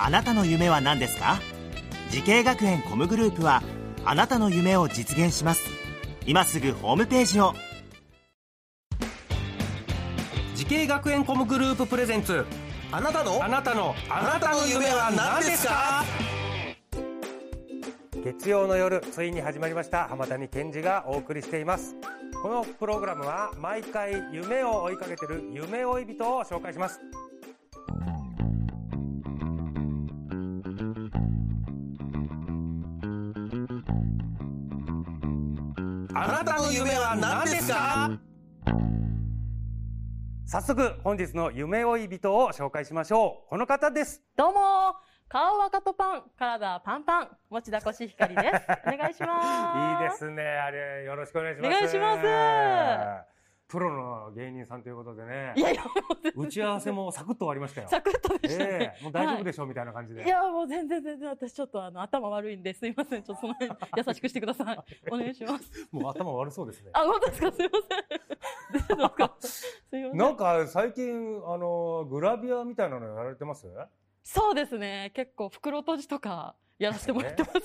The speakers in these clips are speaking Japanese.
あなたの夢は何ですか時系学園コムグループはあなたの夢を実現します今すぐホームページを時系学園コムグループプレゼンツあなたのあなたのあなたの夢は何ですか月曜の夜ついに始まりました浜谷健二がお送りしていますこのプログラムは毎回夢を追いかけてる夢追い人を紹介しますあなたの夢は何ですか早速本日の夢追い人を紹介しましょうこの方ですどうも顔赤とパン、体パンパン、持田コシヒカリです。お願いします。いいですねあれよろしくお願いしますお願いしまプロの芸人さんということでねいやいや、もう全打然ち合わ せもサクッと終わりましたよサクッとでしたえね。えもう大丈夫でしょうみたいな感じではいいや、もう全然全然、私ちょっとあの頭悪いんで、すいません。ちょっとその辺優しくしてください。お願いします。もう頭悪そうですねあ、本当ですかすいません。大丈夫ですかすいません。なんか最近あのグラビアみたいなのやられてますそうですね。結構袋閉じとかやらせてもらってます。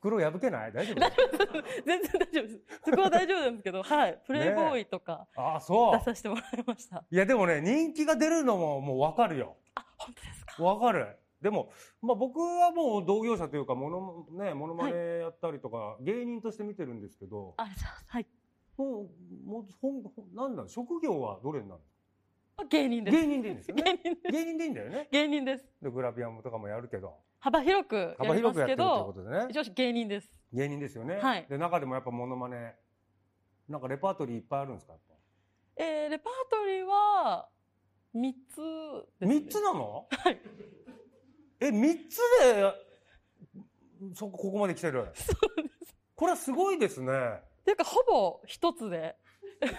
袋破けない 大丈夫全然大丈夫です。そこは大丈夫なんですけど、はい。プレイボーイとかあそ出うさせてもらいました。いやでもね人気が出るのももうわかるよあ、本当ですかわかるでも、まあ、僕はもう同業者というかもの、ね、モノマネやったりとか、芸人として見てるんですけどあ、じゃあ、はい。もうもうほんほんなんだ職業はどれになる芸人のです。芸人でいいんですよ芸ね人 です。芸人でいいんだよね芸人です。でグラビアもとかもやるけど幅広くや幅りま広くすやってけるってこど、とでね一応芸人です。芸人ですよね、はいで中でもやっぱモノマネなんかレパートリーいっぱいあるんですかやっぱえー、レパートリーは三つです、ね。三つなの？はい。え三つでそこここまで来てる。そうです。これはすごいですね。っていうかほぼ一つで。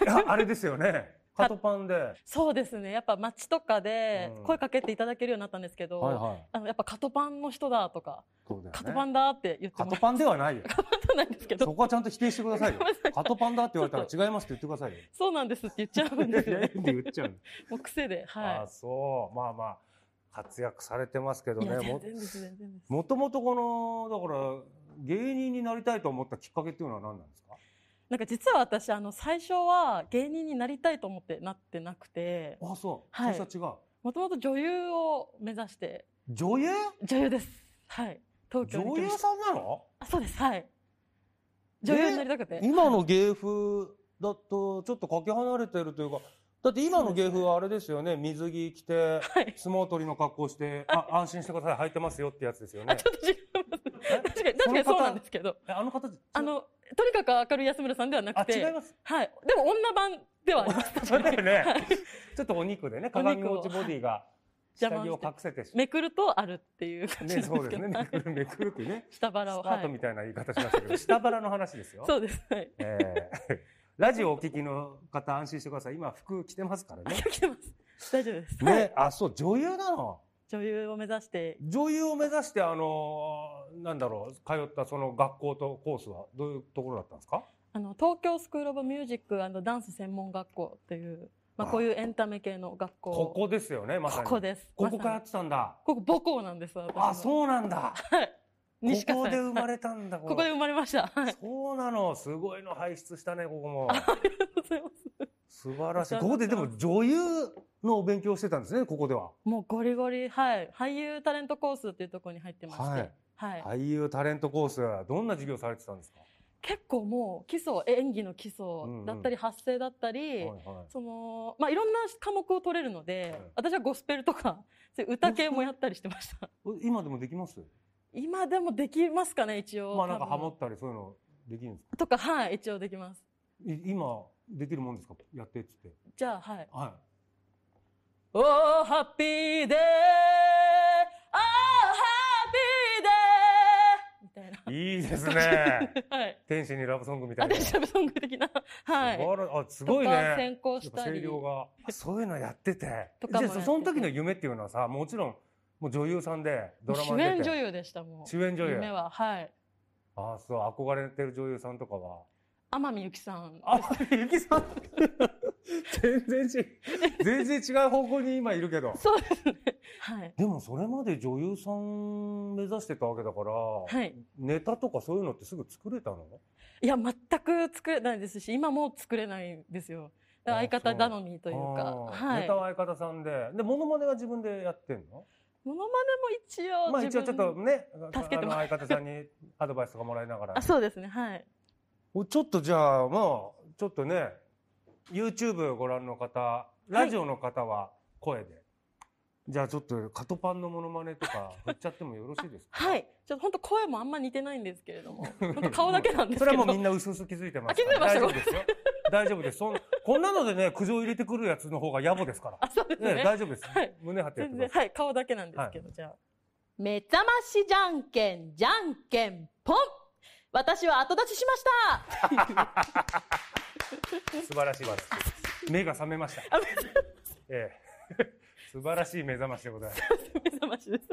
ああれですよね。カトパンで。はそうですね。やっぱ街とかでうん声かけていただけるようになったんですけど、はい。あのやっぱカトパンの人だとか、そうだよね。カトパンだって言ってカもトらパンではないよ。ったないんですけそど、こはちゃんと否定してください よごめんなさ。いカトパンだって言われたら違いますって言ってくださいよ。そうなんですって言っちゃうんですよいやいや。言っちゃう。もう癖で、あはそう。まあまあ活躍されてますけどい。いねや。も全然です全然です。もともとこのだから芸人になりたいと思ったきっかけっていうのは何なんですか？なんか実は私あの最初は芸人になりたいと思ってなってなくて、あそう。はい最初は違う。もともと女優を目指して女優？女優です。はい。東京に女来優ました。さんなの？あそうです。はい。女優になりたくて。今の芸風だとちょっとかけ離れてるというかだって今の芸風はあれですよね水着着てはい。相撲取りの格好してあ安心してください履いてますよってやつですよねちょっと違います。確かに確かにそのそ方うなんですけど、えあの方あのとにかく明るい安村さんではなあく違いて、ますはい。でも女版ではあります。そうだよはねいちょっとお肉でねお鏡肉を落ちボディが下邪着魔ををして隠せてしめくるとあるっていう感じねなんですけそど。うですねはめいくるめくるっていうね下ス腹を。カはートみい。たいな言い方しましたけど下腹の話ですよそうです。はい。えーラジオお聞きの方安心してください今服着てますからね来てます。大丈夫です。はい。ねあそう女優なの女優を目指して女優を目指してあのなんだろう通ったその学校とコースはどういうところだったんですか？あの東京スクール・オブ・ミュージックダンス専門学校っていう、まあ、あこういうエンタメ系の学校ここですよねまさに。ここですここからやまっさにてたんだ。ここ母校なんです私のあそうなんだ。はいこ西川こさんで生まはいれたんだ。ここでの生まれましたはいそうなのすごいの輩出したねここ もあありがとうございます素晴らしおい。世話になってますここででも女優のお勉強をしてたんですねここでは。もうゴリゴリはい俳優タレントコースっていうところに入ってましてはい、はい俳優タレントコースどんな授業されてたんですか？結構もう基礎演技の基礎んうんだったり発声だったり、はいはいそのまあいろんな科目を取れるので、はい私はゴスペルとかそういう歌系もやったりしてました。え今でもできます？今でもできますかね一応まあなんか多ハ分モったりそういうのできるんですか？とかはい一応できますい今できるもんですか？やってっつって。じゃあはいはい。 「おーハッピーでーあーハッピーです ね。 はい。天使にラブソングみたアいな。デシャブソング的な。はい。素晴らあすごいとかね。先行やっしぱた声り。量があそういうのやっててとかもじやゃあっててその時の夢っていうのはさもちろんもう女優さんでドラマ主に演出女て優でしたもう。主演女優夢ははい。ああそう憧れてる女優さんとかは天海祐希さん。あゆきさん全然違う全然違う方向に今いるけどそうですね。はい。でもそれまで女優さん目指してたわけだから、はい。ネタとかそういうのってすぐ作れたのいや全く作れないですし、今も作れないんですよ。だから相あ方そう頼みというあか、ーはいネタ。は相方さんででモノマネは自分でやってんのモノマまあネも一一応応ちょっとね助けてもあらの相方さんに アドバイスとかもらいながらあそうですねはい。おちょっとじゃあまあちょっとね YouTube ご覧の方ラジオの方は声で、じゃあちょっとカトパンのモノマネと か振っちゃってもよろしいですかはい。ちょっと本当声もあんま似てないんですけれど も、本当顔だけなんですそけれど。はもうみんな薄々気づいてますからあ大気づいて丈ま夫しですよ大丈夫ですそんこんなのでね苦情入れてくるやつの方が野暮ですからあそうですねね。大丈夫です、はい胸張ってやって全くだ然さいはい顔だけなんですけど、じゃあ。目覚ましじゃんけんじゃんけんポン。私は後立ちしました。 素晴らしいわ目が覚めましたあ目覚ええ 素晴らしい目覚ましでございます目覚ましです。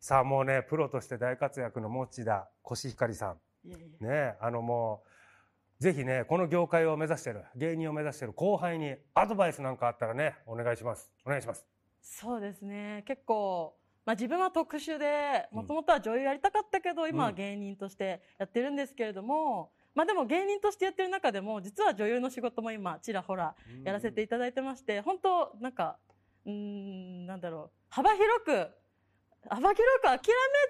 さあもうねプロとして大活躍の持田コシヒカリさんいやいやねえあのもうぜひねこの業界を目指してる芸人を目指してる後輩にアドバイスなんかあったらねお願いしますお願いしますそうですね。結構。まあ自分は特殊で、もともとは女優やりたかったけど、今は芸人としてやってるんですけれども、まあでも芸人としてやってる中でも、実は女優の仕事も今、ちらほらやらせていただいてまして、本当なんか、うーん、なんだろう、幅広く、幅広く諦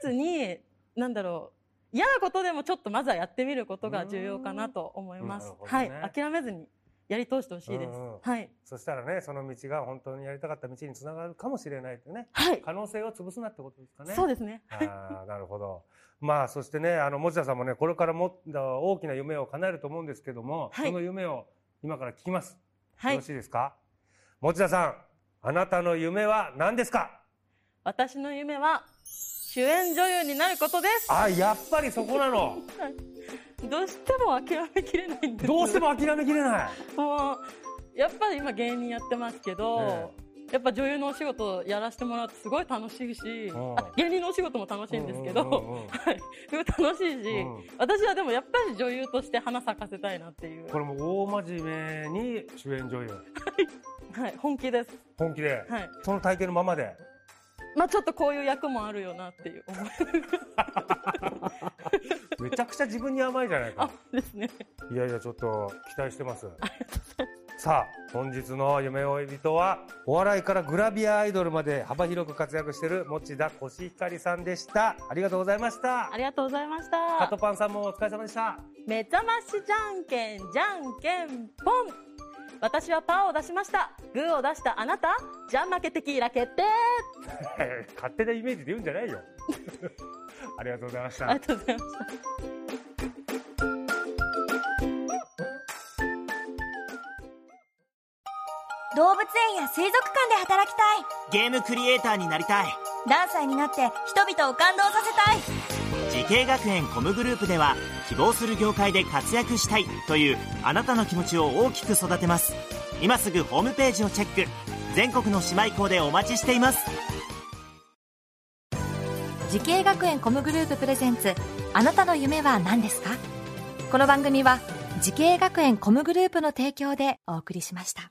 めずに、なんだろう、嫌なことでもちょっとまずはやってみることが重要かなと思います。うんなはるいほどね。諦めずにやり通してほしいです。うんうんはい。そしたらねその道が本当にやりたかった道につながるかもしれないってねはい。可能性を潰すなってことですかねそうですね。あーなるほどまあそしてねあの持田さんもねこれからも大きな夢を叶えると思うんですけども、はいその夢を今から聞きますはよいろし。いですか持田さんあなたの夢は何ですか私の夢は、主演女優になることです。あやっぱりそこなのどうしても諦めきれないんです。どうしても諦めきれない もう、やっぱり今芸人やってますけど、ねやっぱ女優のお仕事やらせてもらってすごい楽しいし、うんあ芸人のお仕事も楽しいんですけど、うんうんうんうんはい、すごい楽しいし、うん私はでもやっぱり女優として花咲かせたいなっていう、これも大真面目に主演女優はい、本気です。本気で、はい。その体験のままでまあちょっとこういう役もあるよなっていう思いめちゃくちゃ自分に甘いじゃないあかですね。いやいやちょっと期待してますさあ本日の夢追い人はお笑いからグラビアアイドルまで幅広く活躍している持田コシヒカリさんでしたありがとうございましたありがとうございましカたト。パンさんもお疲れ様でした 目覚ましじゃんけんじゃんけんポン私はパーを出しました。グーを出したあなたじゃん負けテキーラ決定勝手なイメージで言うんじゃないよ ありがとうございましたありがとうございました。動物園や水族館で働きたいゲームクリエイターになりたい何歳になって人々を感動させたい時系学園コムグループでは希望する業界で活躍したいというあなたの気持ちを大きく育てます今すぐホームページをチェック全国の姉妹校でお待ちしています時系学園コムグループプレゼンツあなたの夢は何ですかこの番組は時系学園コムグループの提供でお送りしました